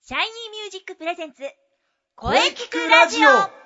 シャイニーミュージックプレゼンツ、声聞くラジオ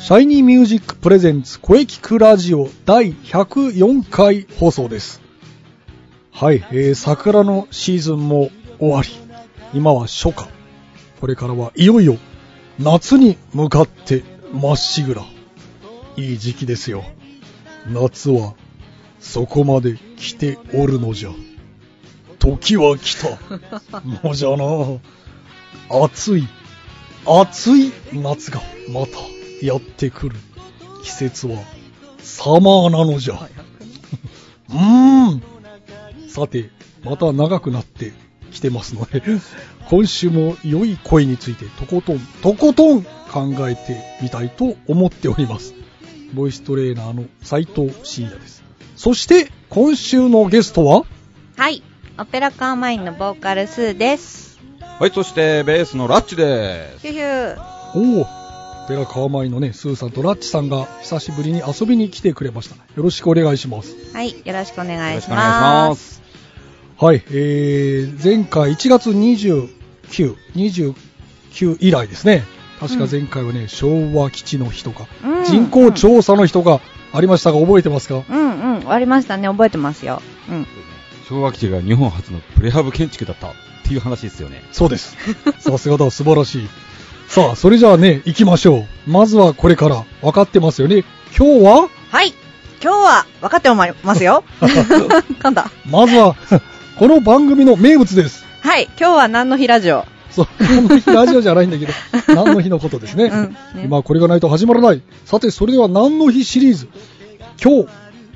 シャイニーミュージックプレゼンツ声聞くラジオ第104回放送です。はい、えー、桜のシーズンも終わり、今は初夏。これからはいよいよ夏に向かってまっしぐら。いい時期ですよ。夏はそこまで来ておるのじゃ。時は来た。のじゃな。暑い暑い夏がまたやってくる季節はサマーなのじゃうーんさてまた長くなってきてますので今週も良い声についてとことんとことん考えてみたいと思っておりますボイストレーナーの斉藤真也ですそして今週のゲストははい。オペラカーマインのボーカルスーです。はい、そして、ベースのラッチでヒす。ューヒュー。おおペラ川前のねスーさんとラッチさんが久しぶりに遊びに来てくれましたよろしくお願いしますはい。よろしくお願よろいししくお願いしま。ますす。はい、えー、前回1月29、29以来ですね。確か前回はね、昭和基地の日とか、うん人口調査の日とかありましたが覚えてますかうんうん。終わりましたね。覚えてますよ。うん。昭和基地が日本初のプレハブ建築だったっていう話ですよね。そう です。さすがだ、素晴らしい。さあ、それじゃあね、行きましょう。まずはこれから、分かってますよね。今日は、はい。今日は分かっておりますよ。噛んだ。まずは、 この番組の名物です。はい。今日は何の日ラジオそう、 何の日ラジオじゃないんだけ ど、何の日のことですね。うんね今これがないと始まらない。さて、それでは何の日シリーズ。今日、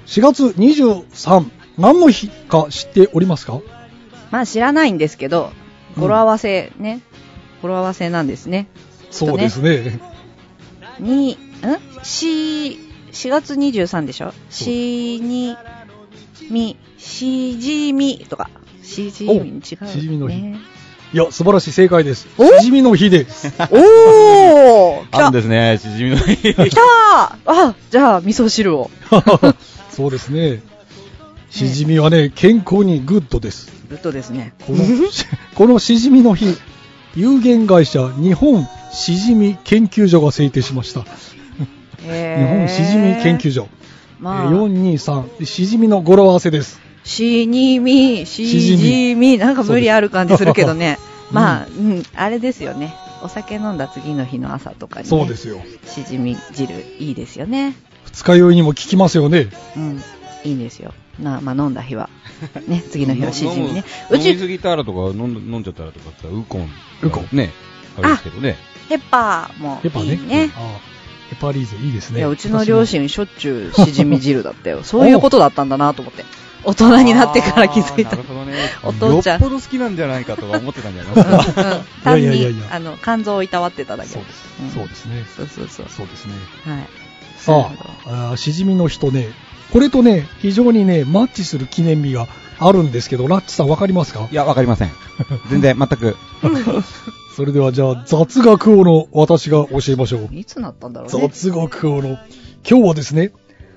4月23、何の日か知っておりますかまあ知らないんですけど、語呂合わせね。語呂合わせなんですね。そうですね。に、ん ?4、4月23でしょそうしに、み、しじみとか。しじみ、お違う、ね。しじみの日いや、素晴らしい正解です。おしじみの日 です。おー来あるたんですね、しじみの日。来たーあ、じゃあ、味噌汁を。そうですね。しじみはね、健康にグッドです。ずっとですね。こ のこのしじみの日有限会社日本しじみ研究所が制定しました、え日本しじみ研究所、まえあ、ー423しじみの語呂合わせですしにみ、しじみ、なんか無理ある感じするけどね。すまあ、うん、あれですよね。お酒飲んだ次の日の朝とかに、ね。そうですよしじみ汁、いいですよね。二日酔いにも効きますよねうん、いいんですよ。なまあ、飲んだ日は。ね、次の日はしじみね。う飲む飲みすち、ぎたらとか飲ん飲んじゃったらとかってウコン。ウコンね。あれですけどね。ヘッパーもヘパいねいね。あーヘパリーゼいいですねいや、うちの両親しょっちゅうしじみ汁だった よ。そういうことだったんだなと思って。大人になってから気づいあーた。なるうほどね。お父ちゃんよっぽど好きなんじゃないかとか思ってたんじゃないです んうんか。単いやいやいにや、あの、肝臓をいたわってただけ。そうです、そうですねそうそうそう。そうですねはい。さああーしじみの日とねこれとね非常にねマッチする記念日があるんですけどラッチさんわかりますかいや、わかりません。全然、全く。それではじゃあ雑学王の私が教えましょういつなったんだろうね。雑学王の今日はですね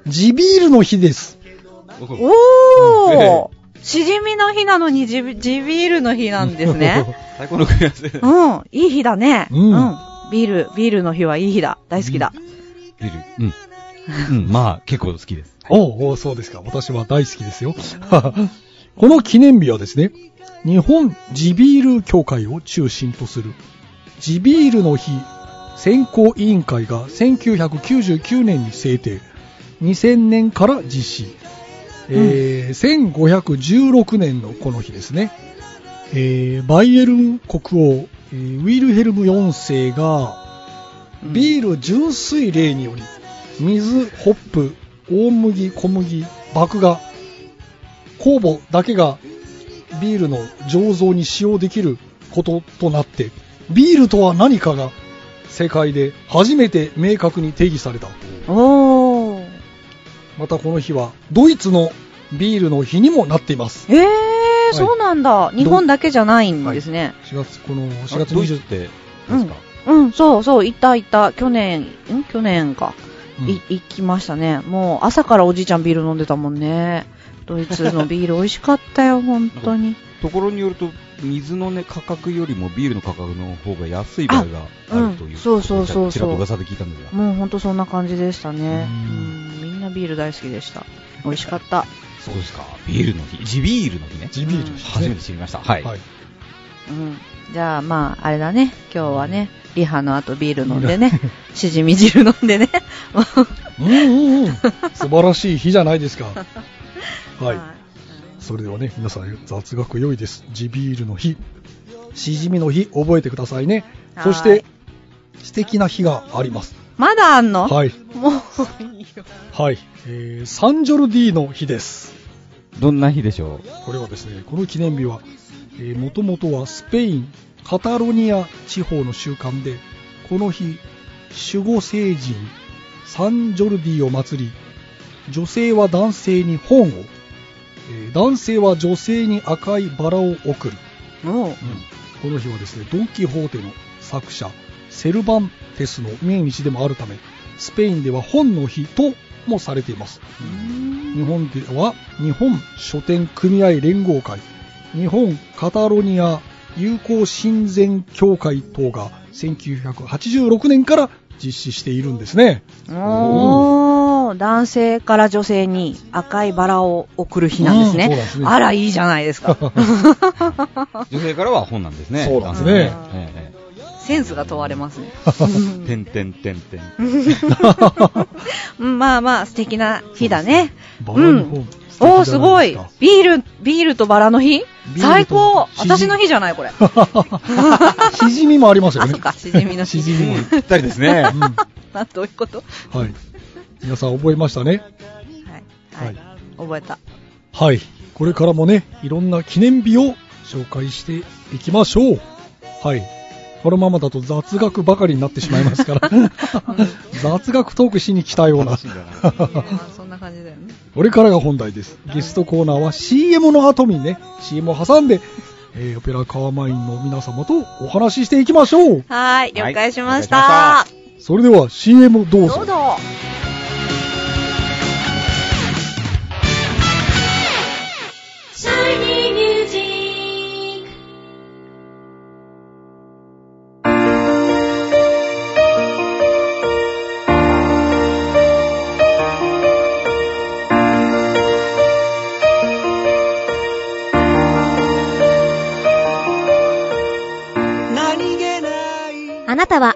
地ビールの日ですおーしじみの日なのにジビジビールの日なんです ね。最高の組み合わせ。ビうん、いい日だね。うんビール、ビールの日はいい日だ。大好きだ。ール。うん。うん、まあ、結構好きです。おうおうそうですか私は大好きですよこの記念日はですね日本地ビール協会を中心とする地ビールの日選考委員会が1999年に制定2000年から実施、えー1516年のこの日ですね、えーバイエルン国王、えーウィルヘルム4世がビール純粋例により水ホップ大麦小麦麦芽酵母だけがビールの醸造に使用できることとなってビールとは何かが世界で初めて明確に定義されたおー。またこの日はドイツのビールの日にもなっていますえー、そうなんだ。日本だけじゃないんですね。 4月この4あ月ドイツっ20て、なんですか、うん、そうそう、行った行った。去年、ん去年か。うんい行きましたね。もう朝からおじいちゃんビール飲んでたもんね。ドイツのビール美味しかった よ、本当に。ところによると、水の、ね、価格よりもビールの価格の方が安い場合があるという、あうんそうそうそうそうちらっと噂で聞いたんですが、もう本当そんな感じでしたね。ううん、みんなビール大好きでした。美味しかった。そうですか、ビールの日、地ビールの日ね、地ビールですね初めて知りました、はい、はいうん。じゃあまあ、あれだね。今日はね、リハの後ビール飲んでね。 しじみ汁飲んで ね。 うんうんうん素晴らしい日じゃないですかはいそれではね、皆さん雑学良いです。地ビールの日、しじみの日、覚えてくださいね。はいそして、素敵な日があります。まだあんのはい。もういいよ。はい。えーサンジョルディーの日です。どんな日でしょう、これはですね、この記念日は、えー、もともとはスペイン、カタロニア地方の習慣で、この日、守護聖人、サンジョルディを祭り、女性は男性に本を、えー男性は女性に赤いバラを贈る。もう。この日はですねドン・キホーテの作者セルバンテスの命日でもあるためスペインでは本の日ともされています日本では日本書店組合連合会日本カタロニア友好親善協会等が1986年から実施しているんで すね おー男性から女性に赤いバラを贈る日なんですね。うんそうなんですねあら、いいじゃないです か。 女性からは本なんですね、そうなんですね男性ねええセンスが問われます ね。てんてんてんてん。うんまあまあ、素敵な日だね。バラのう本んおー、すごい素敵じゃなで。ビール、ビールとバラの日ビールと最高しじみ私の日じゃないこ れ。 すかしじみもありますあ、よねそっか、しじみの日。しじみもぴったりですね。うんな、どういうことはい。皆さん覚えましたね。はい。はい。は覚えた。 はい。これからもね、いろんな記念日を紹介していきましょう。はい。このままだと雑学ばかりになってしまいます から、雑学トークしに来たような。まあそんな感じだよね。これからが本題です。ゲストコーナーは CM の後にね、CM を挟んで、えーオペラカーマインの皆様とお話ししていきましょう。はーい、了解しました。はい了それでは CM どうぞ。どうぞ。あなたは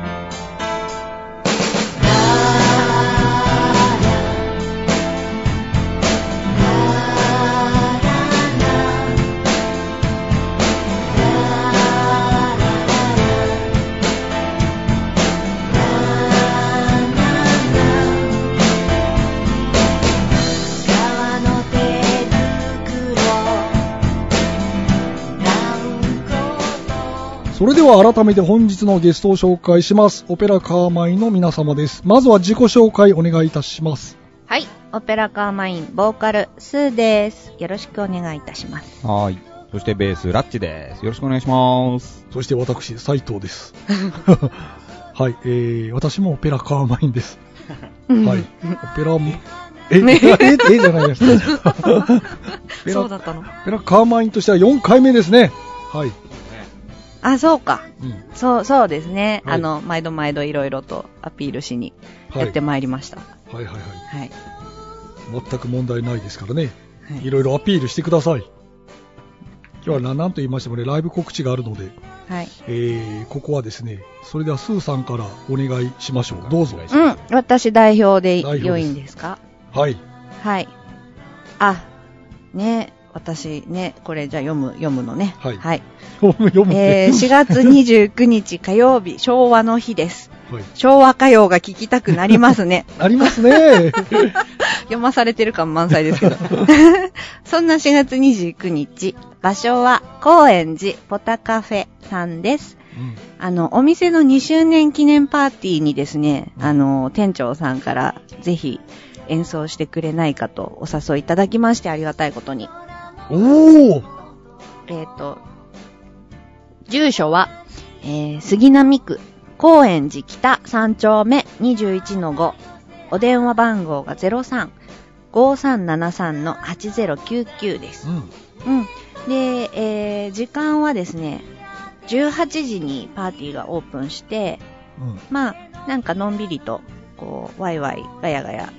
それでは改めて本日のゲストを紹介します。オペラカーマインの皆様です。まずは自己紹介お願いいたします。はい。オペラカーマイン、ボーカル、スーです。よろしくお願いいたします。はーい。そしてベース、ラッチです。よろしくお願いします。そして私、斉 藤です。はい、えー、私もオペラカーマインです。はい。オペラも、え、え、え、 えじゃないで す。オペラ、そうオだったのペラカーマインとしては4回目ですね。はい。あ、そうか。うん。そう、そうですね。はいあの、毎度毎度いろいろとアピールしにはやい。ってまいりました。はいはいはい。はい。全く問題ないですからね。はいいろいろアピールしてください。今日は何と言いましてもね、ライブ告知があるので、はい。えー、ここはですね、それではスーさんからお願いしましょう。どうぞ。うん。私代表で代表です良いんですかはい。 はい。あ、ね、私ね、これじゃあ読む、読むのね。はいはい。読む、読むえー、ね。 4月29日火曜日、昭和の日です。はい。昭和歌謡が聞きたくなりますね。ありますね。読まされてる感満載ですけど。そんな4月29日、場所は高円寺ポタカフェさんです。あの、お店の2周年記念パーティーにですね、あの、店長さんからぜひ演奏してくれないかとお誘いいただきましてありがたいことに。 うん、おーえっ、と、住所は、えー、杉並区、高円寺北3丁目21-5、お電話番号が03-5373-8099ですう。ん。うん。で、えー、時間はですね、18時にパーティーがオープンして、うん。まあ、なんかのんびりと、こう、ワイワイ、ガヤガヤ、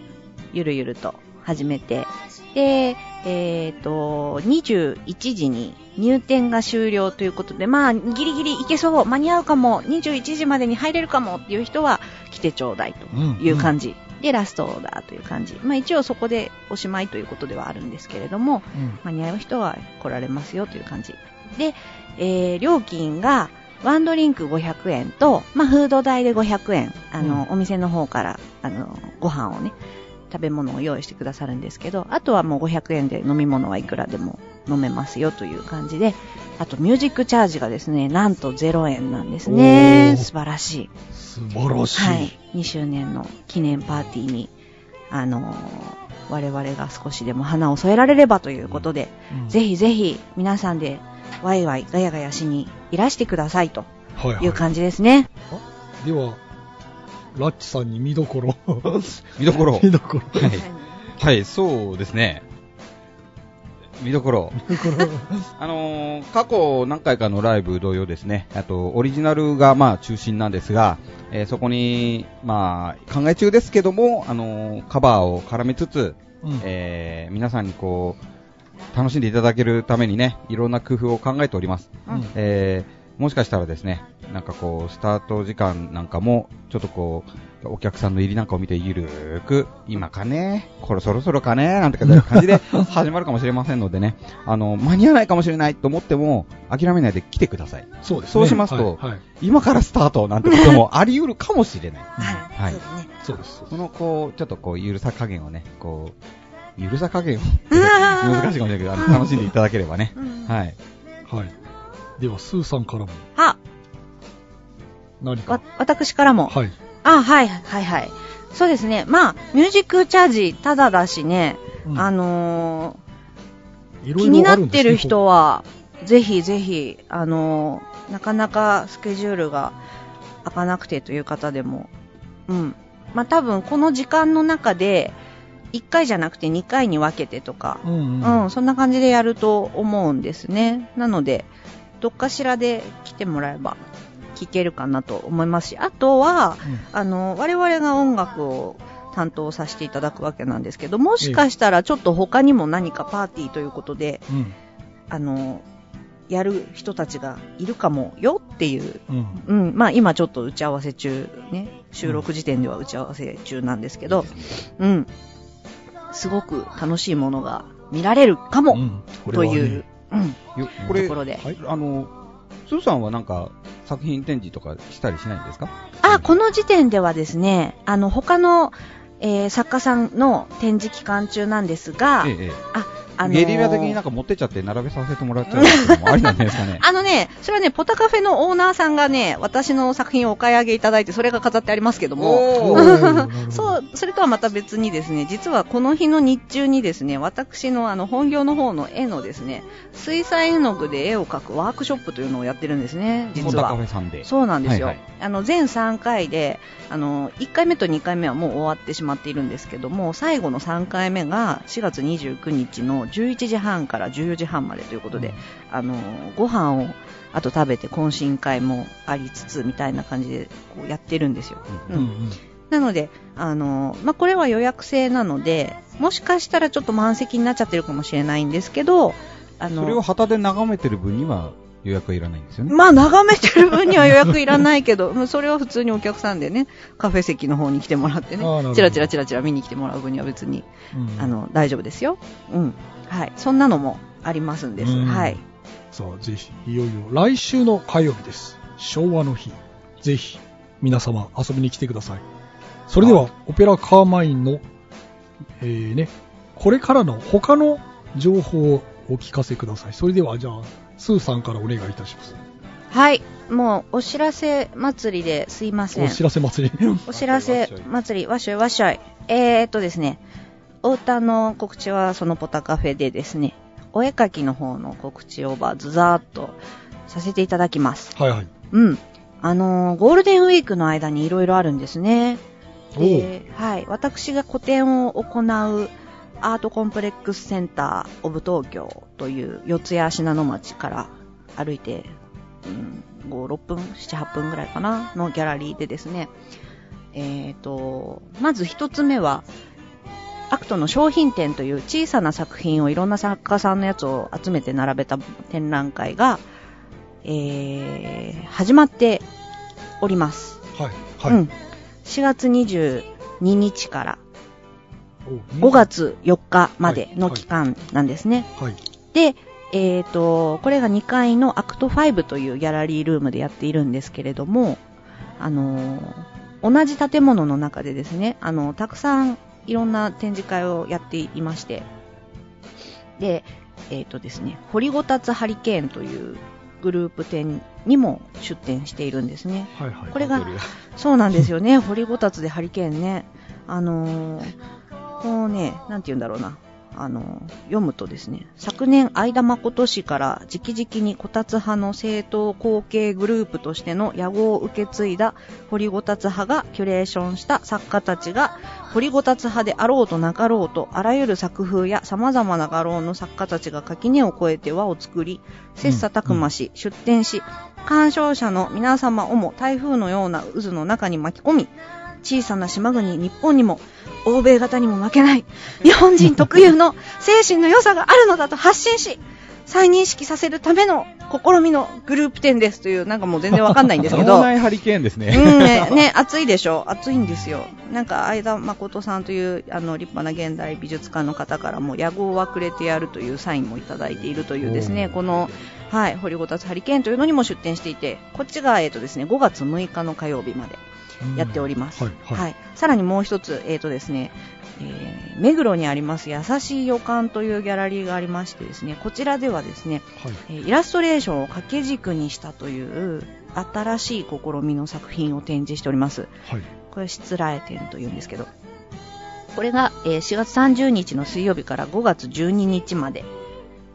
ゆるゆると始めて、で、えっ、と、21時に入店が終了ということで、まあ、ギリギリいけそう、間に合うかも、21時までに入れるかもっていう人は来てちょうだいとうん。いう感じ。で、ラストオーダーという感じ。まあ一応そこでおしまいということではあるんですけれども、うん。間に合う人は来られますよという感じ。で、えー料金が、ワンドリンク500円と、まあ、フード代で500円、あの、お店の方から、あの、ご飯をね、食べ物を用意してくださるんですけど、あとはもう500円で飲み物はいくらでも飲めますよという感じで、あとミュージックチャージがですね、なんと0円なんですね。おー素晴らしい。素晴らしい。はい、2周年の記念パーティーに、あのー我々が少しでも花を添えられればということで、うんぜひぜひ皆さんでワイワイガヤガヤしにいらしてくださいとはいはいいう感じですね。では、ラッチさんに見どころ。見どころ。は見どころ。い。はい、そうですね。見どころ。あのー過去何回かのライブ同様ですね、あと、オリジナルがまあ中心なんですが、えーそこに、まあ、考え中ですけども、あのーカバーを絡めつつ、うんえー皆さんにこう、楽しんでいただけるためにね、いろんな工夫を考えております。うんえーもしかしたらですね、なんかこう、スタート時間なんかも、ちょっとこう、お客さんの入りなんかを見てゆるーく、今かね、これそろそろかね、なんて感じで始まるかもしれませんのでね、あの、間に合わないかもしれないと思っても、諦めないで来てください。そうですね。そうしますとはい。はい今からスタートなんてこともあり得るかもしれない。 は。はいいそうだね。そうです。そうでその、こう、ちょっとこう、ゆるさ加減をね、こう、ゆるさ加 減を、難しいかもしれないけど、あの楽しんでいただければね。はい。すはい。では、スーさんからもあ、何かわ。、私からも。はい。あ、はい、はい、はい。そうですね。まあ、ミュージックチャージただだしね、うんあのーいろ気いにろなあっんでてすねる人は、ぜひぜひ、あのーなかなかスケジュールが開かなくてという方でも、うん。まあ、多分この時間の中で、1回じゃなくて2回に分けてとか、うんうんうん、はそんな感じでやると思うんですね。なので、どっかしらで来てもらえば聞けるかなと思いますし、あとは、あの、我々が音楽を担当させていただくわけなんですけど、もしかしたらちょっと他にも何かパーティーということで、うんあの、やる人たちがいるかもよっていう、うんうん、まあ今ちょっと打ち合わせ中、ね、収録時点では打ち合わせ中なんですけど、うん、すごく楽しいものが見られるかも、うんこれとはねいう、うん、ようんことれこ、ろで。はいあの、スーさんはなんか作品展示とかしたりしないんですかあ、この時点ではですね、あの、他の、えー作家さんの展示期間中なんですが、ええええあ、あのー。ゲリラ的になんか持ってっちゃって並べさせてもらっちゃうってのもありなんじゃないですかねあのね、それはね、ポタカフェのオーナーさんがね、私の作品をお買い上げいただいて、それが飾ってありますけども、おおーーなるほどそう、それとはまた別にですね、実はこの日の日中にですね、私のあの本業の方の絵のですね、水彩絵の具で絵を描くワークショップというのをやってるんですね、モ実タカフは。ェさんで。そうなんですよ、はいはいあの全3回であの1回目と2回目はもう終わってしまっているんですけども最後の3回目が4月29日の11時半から14時半までということで、あのご飯をあと食べて懇親会もありつつみたいな感じでこうやってるんですよ。ううんんうんうんなので、あのまあ、これは予約制なので、もしかしたらちょっと満席になっちゃってるかもしれないんですけど、あそれをの、旗で眺めてる分には予約はいらないんですよね。まあ、眺めてる分には予約いらないけど、もう それは普通にお客さんでね、カフェ席の方に来てもらってあーなるほねど、チラチラチラチラ見に来てもらう分には別に、うんあの、大丈夫ですよ。うん。はい。そんなのもありますんです。うんはい。さあぜひいよいよ来週の火曜日です昭和の日ぜひ皆様遊びに来てくださいそれではオペラカーマインの、えーね、これからの他の情報をお聞かせくださいそれではじゃあスーさんからお願いいたしますはい。もう、お知らせ祭りですいませおん。知らせ祭りお知らせ祭り、わっしょいわっしょい。えー、っとですね、お歌の告知はそのポタカフェでですね、お絵描きの方の告知をばずざーっとさせていただきます。はいはいうん。あのーゴールデンウィークの間にいろいろあるんですね。おうではい。私が個展を行うアートコンプレックスセンターオブ東京という四谷信濃町から歩いて、うん、5、6分、7、8分ぐらいかなのギャラリーでですね。えっ、と、まず一つ目は、アクトの商品展という小さな作品をいろんな作家さんのやつを集めて並べた展覧会が、えー始まっております。はいはい、うん、4月22日からお5月4日までの期間なんですね。はいで、えっ、と、これが2階のアクト5というギャラリールームでやっているんですけれども、あのー同じ建物の中でですね、あの、たくさんいろんな展示会をやっていまして、で、えっ、とですね、掘りごたつハリケーンというグループ展にも出展しているんですね。はいはい これが、そうなんですよね、掘りごたつでハリケーンね、あのー、こうね、なんて言うんだろうな、あのー、読むとですね、昨年、相田誠氏から直々にこたつ派の政党後継グループとしての野望を受け継いだ掘りごたつ派がキュレーションした作家たちが、掘りごたつ派であろうとなかろうと、あらゆる作風や様々な画廊の作家たちが垣根を越えて輪を作り、切磋琢磨し、出展し、鑑賞者の皆様をも台風のような渦の中に巻き込み、小さな島国日本にも、欧米型にも負けない、日本人特有の精神の良さがあるのだと発信し、再認識させるための試みのグループ展ですという、なんかもう全然わかんないんですけど。脳内ハリケーンですね。うんね、ね、暑いでしょ暑いんですよ。なんか、相田誠さんという、あの、立派な現代美術館の方からも、野望はくれてやるというサインもいただいているというですね、この、はい、掘りごたつハリケーンというのにも出展していて、こっちが、えっ、とですね、5月6日の火曜日までやっております。うんはいはいさらにもう一つ、えっ、とですね、えー目黒にあります、優しい予感というギャラリーがありましてですね、こちらではですね、はいえーイラストレーションを掛け軸にしたという新しい試みの作品を展示しております。はいこれ、しつらえ展というんですけど、これが、えー4月30日の水曜日から5月12日まで。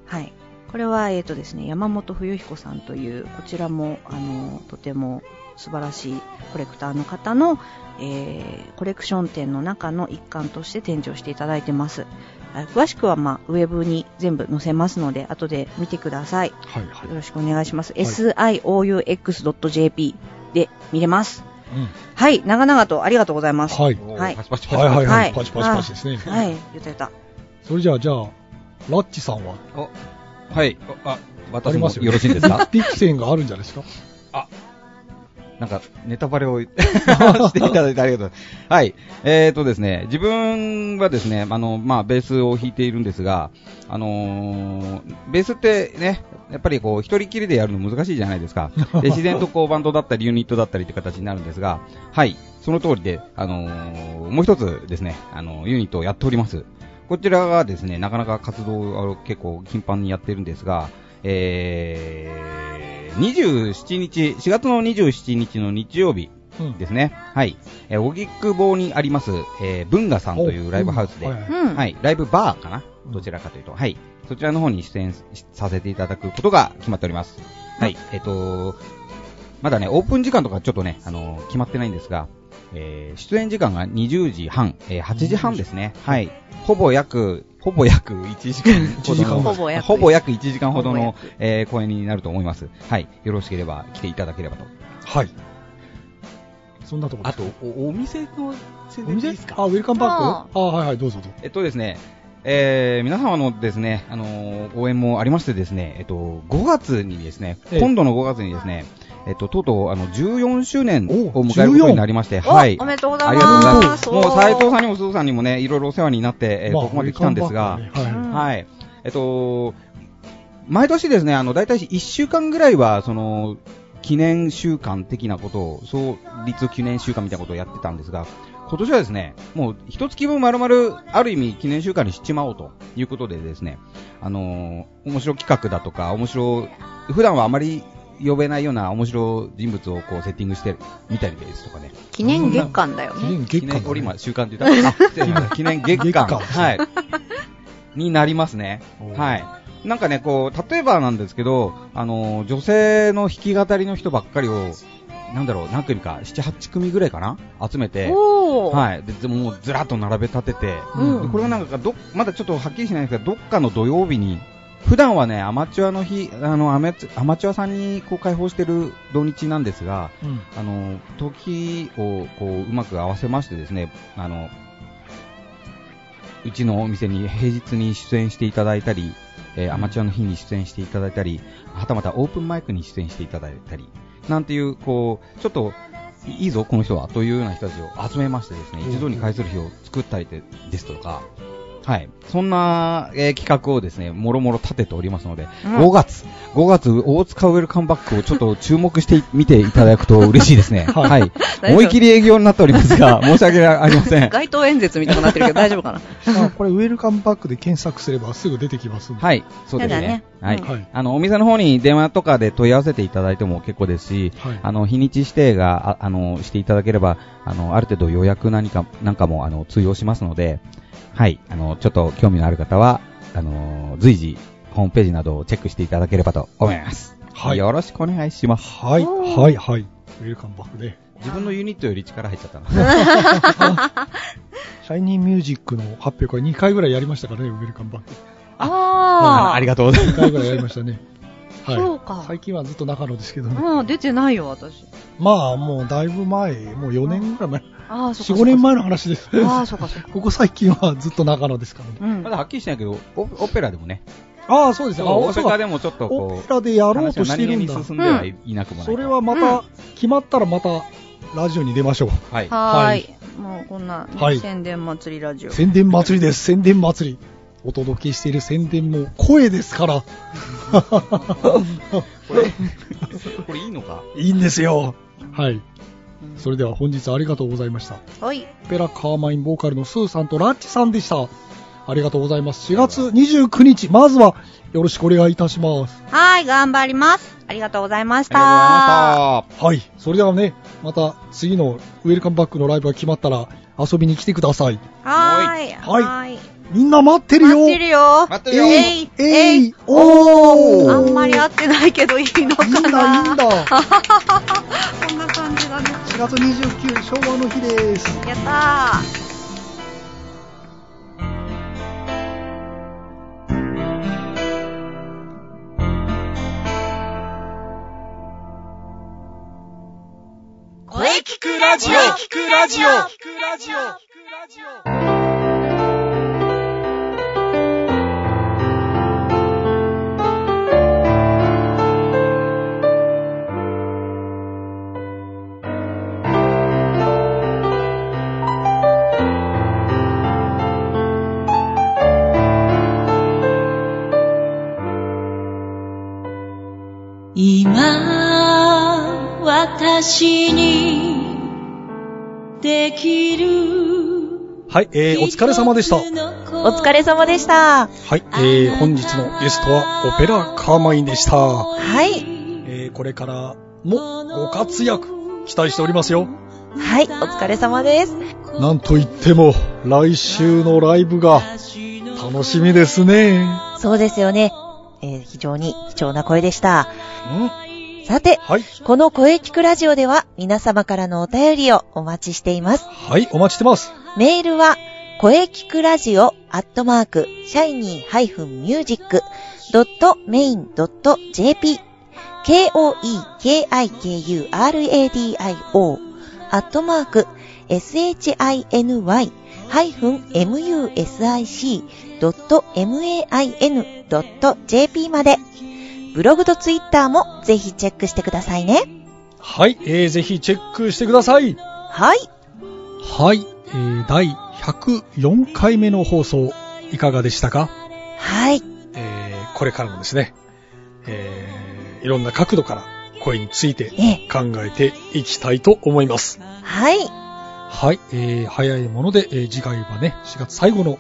はい。これは、えっ、とですね、山本冬彦さんという、こちらも、あの、とても素晴らしいコレクターの方の、えーコレクション展の中の一環として展示をしていただいてます。あ詳しくは、まあ、ウェブに全部載せますので、後で見てください。はいはいよろしくお願いします。い sioux.jp で見れます。うんはい、長々とありがとうございます。はいおーはいパチパチパチはいはいははいいパチパチパチですねはい、言った言った。それじゃあじゃあラッチさんはおはい。おあ、あ私りもますよねよろしいんで すかディクセンがあるんじゃないですかなんか、ネタバレをしていただいてありがとうございます。はい。えーとですね、自分はですね、あの、まあ、ベースを弾いているんですが、あのーベースってね、やっぱりこう、一人きりでやるの難しいじゃないですか。で、自然とこう、バンドだったり、ユニットだったりって形になるんですが、はい。その通りで、あのーもう一つですね、あの、ユニットをやっております。ここちらがですね、なかなか活動を結構頻繁にやってるんですが、えー、27日、4月の27日の日曜日うんですね、はい、えー、荻窪にあります、えー、文雅さんというライブハウスで、おうんははいいうん。ライブバーかなうんどちらかというと、はい、そちらの方に出演しさせていただくことが決まっております。はい、えっ、とまだね、オープン時間とかちょっとね、あのー決まってないんですが、えー出演時間が20時半、えー8時半ですね。はい。ほぼ約、ほぼ約1時間ほどの一時間ほぼ約ほぼ約1時間ほどほのぼ、えー公演になると思います。はい。よろしければ来ていただければと。はい。そんなところあですと、おお店の宣お伝で店いいですかあ、ウェルカムバックあ、はいはい、どうぞどうぞ。えっとですね、えー皆様のですね、あのー応援もありましてですね、えっと、5月にですね、ええ今度の5月にですね、えっと、とうとう、あの、14周年おを迎えることになりまして、おはいお。めでとうござあいりがとうございま。ますす。もう、斎藤さにんにも鈴さんにもね、いろいろお世話になって、えーまあここまで来たんですがウェ、ルカムバックはねうんはい。えっと、毎年ですね、あの、大体1週間ぐらいは、その、記念週間的なことを、創立記念週間みたいなことをやってたんですが、今年はですね、もう一月分丸々、ある意味記念週間にしちまおうということでですね、あのー面白企画だとか、面白、普段はあまり呼べないような面白人物をこうセッティングしてみたりですとかね、記念月間だよ記ね。念記月間だ念、ね。これ今、週間って言ったら、あ失礼しました、記念月月間。間はい。になりますね。おーはい。なんかね、こう、例えばなんですけど、あの、女性の弾き語りの人ばっかりを、なんだろう、何組か、7、8組ぐらいかな集めて、おー。はい。で、でももうずらっと並べ立てて、うんでこれはなんかど、まだちょっとはっきりしないんですけど、どっかの土曜日に、普段はね、アマチュアの日、あの、アマチュアマチュアさんにこう開放してる土日なんですが、うん。あの時をこううまく合わせましてですねあのうちのお店に平日に出演していただいたり、えーアマチュアの日に出演していただいたりはたまたオープンマイクに出演していただいたりなんていうこうちょっといいぞ、この人はというような人たちを集めましてですねうん一堂に会する日を作ったりでですとか、はい、そんな、えー企画をですねもろもろ立てておりますので、うん5月、5月、大塚ウェルカムバックをちょっと注目してみていただくと嬉し いですね。はい。思い切り営業になっておりますが、申し訳ありません。街頭演説みたいになってるけど大丈夫かなあこれ、ウェルカムバックで検索すればすぐ出てきますんで。はい、そうですね。ただねはい。うんはい。あの、お店の方に電話とかで問い合わせていただいても結構ですし、はいあの、日にち指定が、ああの、していただければ、あの、ある程度予約何か、なんかも、あの、通用しますので、はい、あの、ちょっと興味のある方は、あの、随時、ホームページなどをチェックしていただければと思います。はいよろしくお願いします。はい、はい、はい。ウェルカムバックね。自分のユニットより力入っちゃったな。シャイニーミュージックの発表会2回ぐらいやりましたからね、ウェルカムバック。 あありがとうございま2回ぐらいやりましたね。ー。はい。そうか。最近はずっと中野ですけどね。もう出てないよ、私。まあ、もうだいぶ前、もう4年ぐらい前、ああ、そっか。 4、5年前の話です。そっか。ああ、そうか、そうか。ここ最近はずっと中野ですからね。うす。んま。だはっきりしないけど、オオペラでもね、ああ、そうですそうよ。あ大そう阪かでもちょっとオこペう、ラでやろうとしてるん話だは何気。に進んではいいなくもない。それはまた、決まったらまた、ラジオに出ましょう。はい。はーはいい。もうこんなね、はい宣伝祭りラジオ。宣伝祭りです、宣伝祭り。お届けしている宣伝も声ですから。 これ、これいいのかいいんですよ。はい。うんそれでは本日ありがとうございました。はい。ペラカーマインボーカルのスーさんとラッチさんでした。ありがとうございます。4月29日、まずはよろしくお願いいたします。はい、頑張ります。ありがとうございました。ありがとうございました。はい。それではね、また次のウェルカムバックのライブが決まったら遊びに来てください。はーい。はいい。みんな待ってるよ待ってるよ。待ってるよえい、ええいい。おーあんまり合ってないけどいいのいいかんだ、いいんな。だ。4こんな感じだね。月29日、昭和の日です。やったー。声聞くラジオ聞くラジオ今私にできるはい、えー、お疲れ様でした。はお疲れ様でした。い、えー、本日のゲストはオペラカーマインでした。はい。えー、これからもご活躍期待しておりますよ。はい、お疲れ様です。なんといっても、来週のライブが楽しみですね。そうですよね。えー非常に貴重な声でした。んさて、はい。この声聞くラジオでは皆様からのお便りをお待ちしています。はい、お待ちしてます。メールは、声聞くラジオアットマーク、シャイニー -music.main.jp k-o-e-k-i-k-u-r-a-d-i-o アットマーク、shiny-music.main.jp まで、ブログとツイッターもぜひチェックしてくださいね。はい、えー、ぜひチェックしてください。はい。はい、えー、第104回目の放送、いかがでしたかはい。えー、これからもですね、えー、いろんな角度から声についてええ。考えていきたいと思います。はい。はい、えー、早いもので、えー、次回はね、4月最後の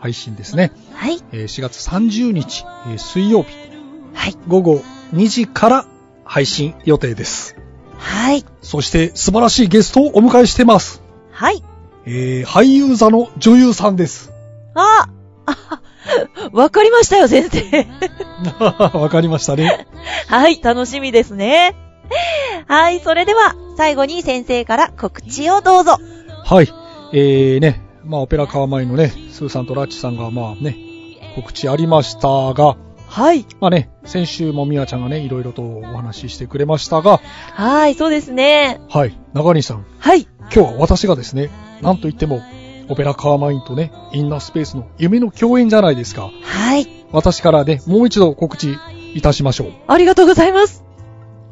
配信ですね。はい。えー4月30日、えー水曜日、はい。午後2時から配信予定です。はい。そして素晴らしいゲストをお迎えしてます。はい。えー俳優座の女優さんです。 ああ わかりましたよ、先 生。わかりました ね。はい、楽しみですね。はい、それでは、最後に先生から告知をどうぞ。はい。えーね、まあ、オペラ川前のね、スーさんとラッチさんが、まあね、告知ありましたが、はい。まあね、先週もみやちゃんがね、いろいろとお話ししてくれましたが、はい、そうですね。はい、中西さん、はい。今日は私がですね、なんといっても、オペラカーマインとね、インナースペースの夢の共演じゃないですか。はい。私からね、もう一度告知いたしましょう。ありがとうございます。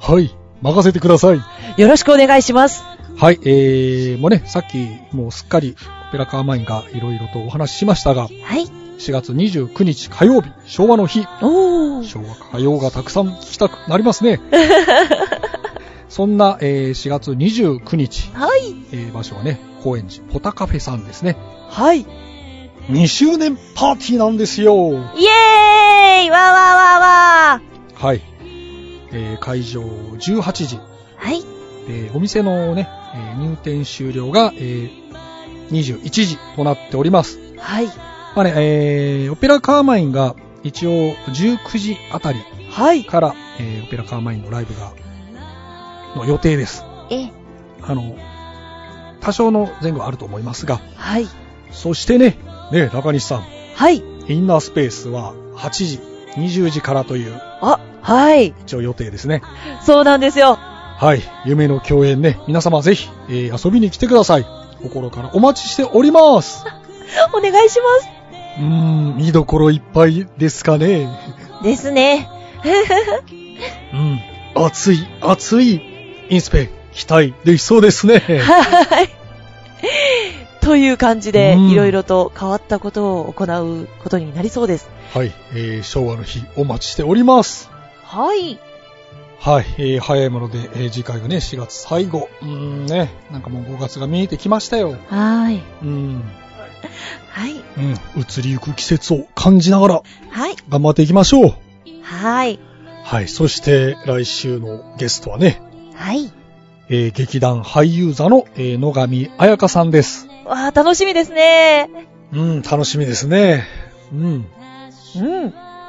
はい、任せてください。よろしくお願いします。はい、えー、もうね、さっき、もうすっかり、オペラカーマインがいろいろとお話ししましたが、はい。 4月29日火曜日、昭和の日、おー。昭和歌謡がたくさん聞きたくなります ね。そんな、えー4月29日、はい。えー場所はね、高円寺ポタカフェさんですね。はい。イ2周年パーティーなんですよ。エーイわーわーわーわはい。えー会場18時、ーはい。えーお店のね、えー入店終了が、えー21時となっております。はい。まあね、えーオペラカーマインが一応19時あたりはい。から、えーオペラカーマインのライブが、の予定です。え、あの、多少の前後はあると思いますが、はい。そしてね、ね、中西さん、はい。インナースペースは8時、20時からというあ、はい。一応予定ですね。そうなんですよ。はい、夢の共演ね、皆様ぜひ、えー遊びに来てください。心からお待ちしております。お願いします。うーん、見どころいっぱいですかね。ですね。うん、熱い、熱い、インスペ、期待できそうですね。 はい。という感じで、うんいろいろと変わったことを行うことになりそうです。はい、えー昭和の日お待ちしております。はい。はい、えー早いもので、えー次回がね、4月最後。うーんね、なんかもう5月が見えてきましたよ。はい。うん、はい。うん、移りゆく季節を感じながらはい。頑張っていきましょう。はい。はい、そして来週のゲストはね、はい。えー劇団俳優座の、えー野上彩香さんです。わあ、楽しみですね。うん、楽しみですね。うん、うん。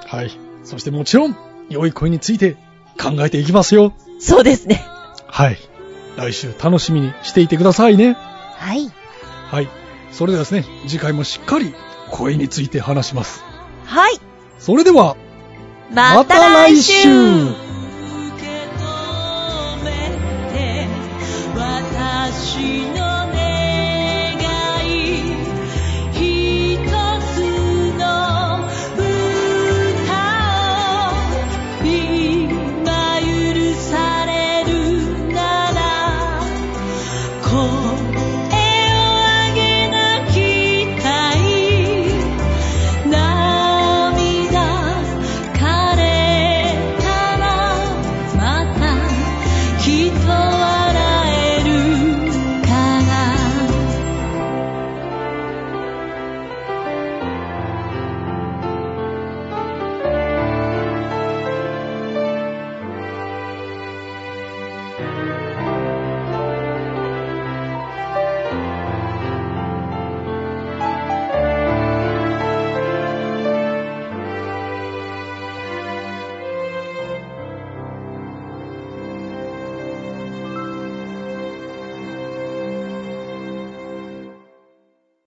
はい。そしてもちろん、良い声について考えていきますよ。そうですね。はい。来週楽しみにしていてくださいね。はい。はい。それではですね、次回もしっかり声について話します。はい。それでは、また来週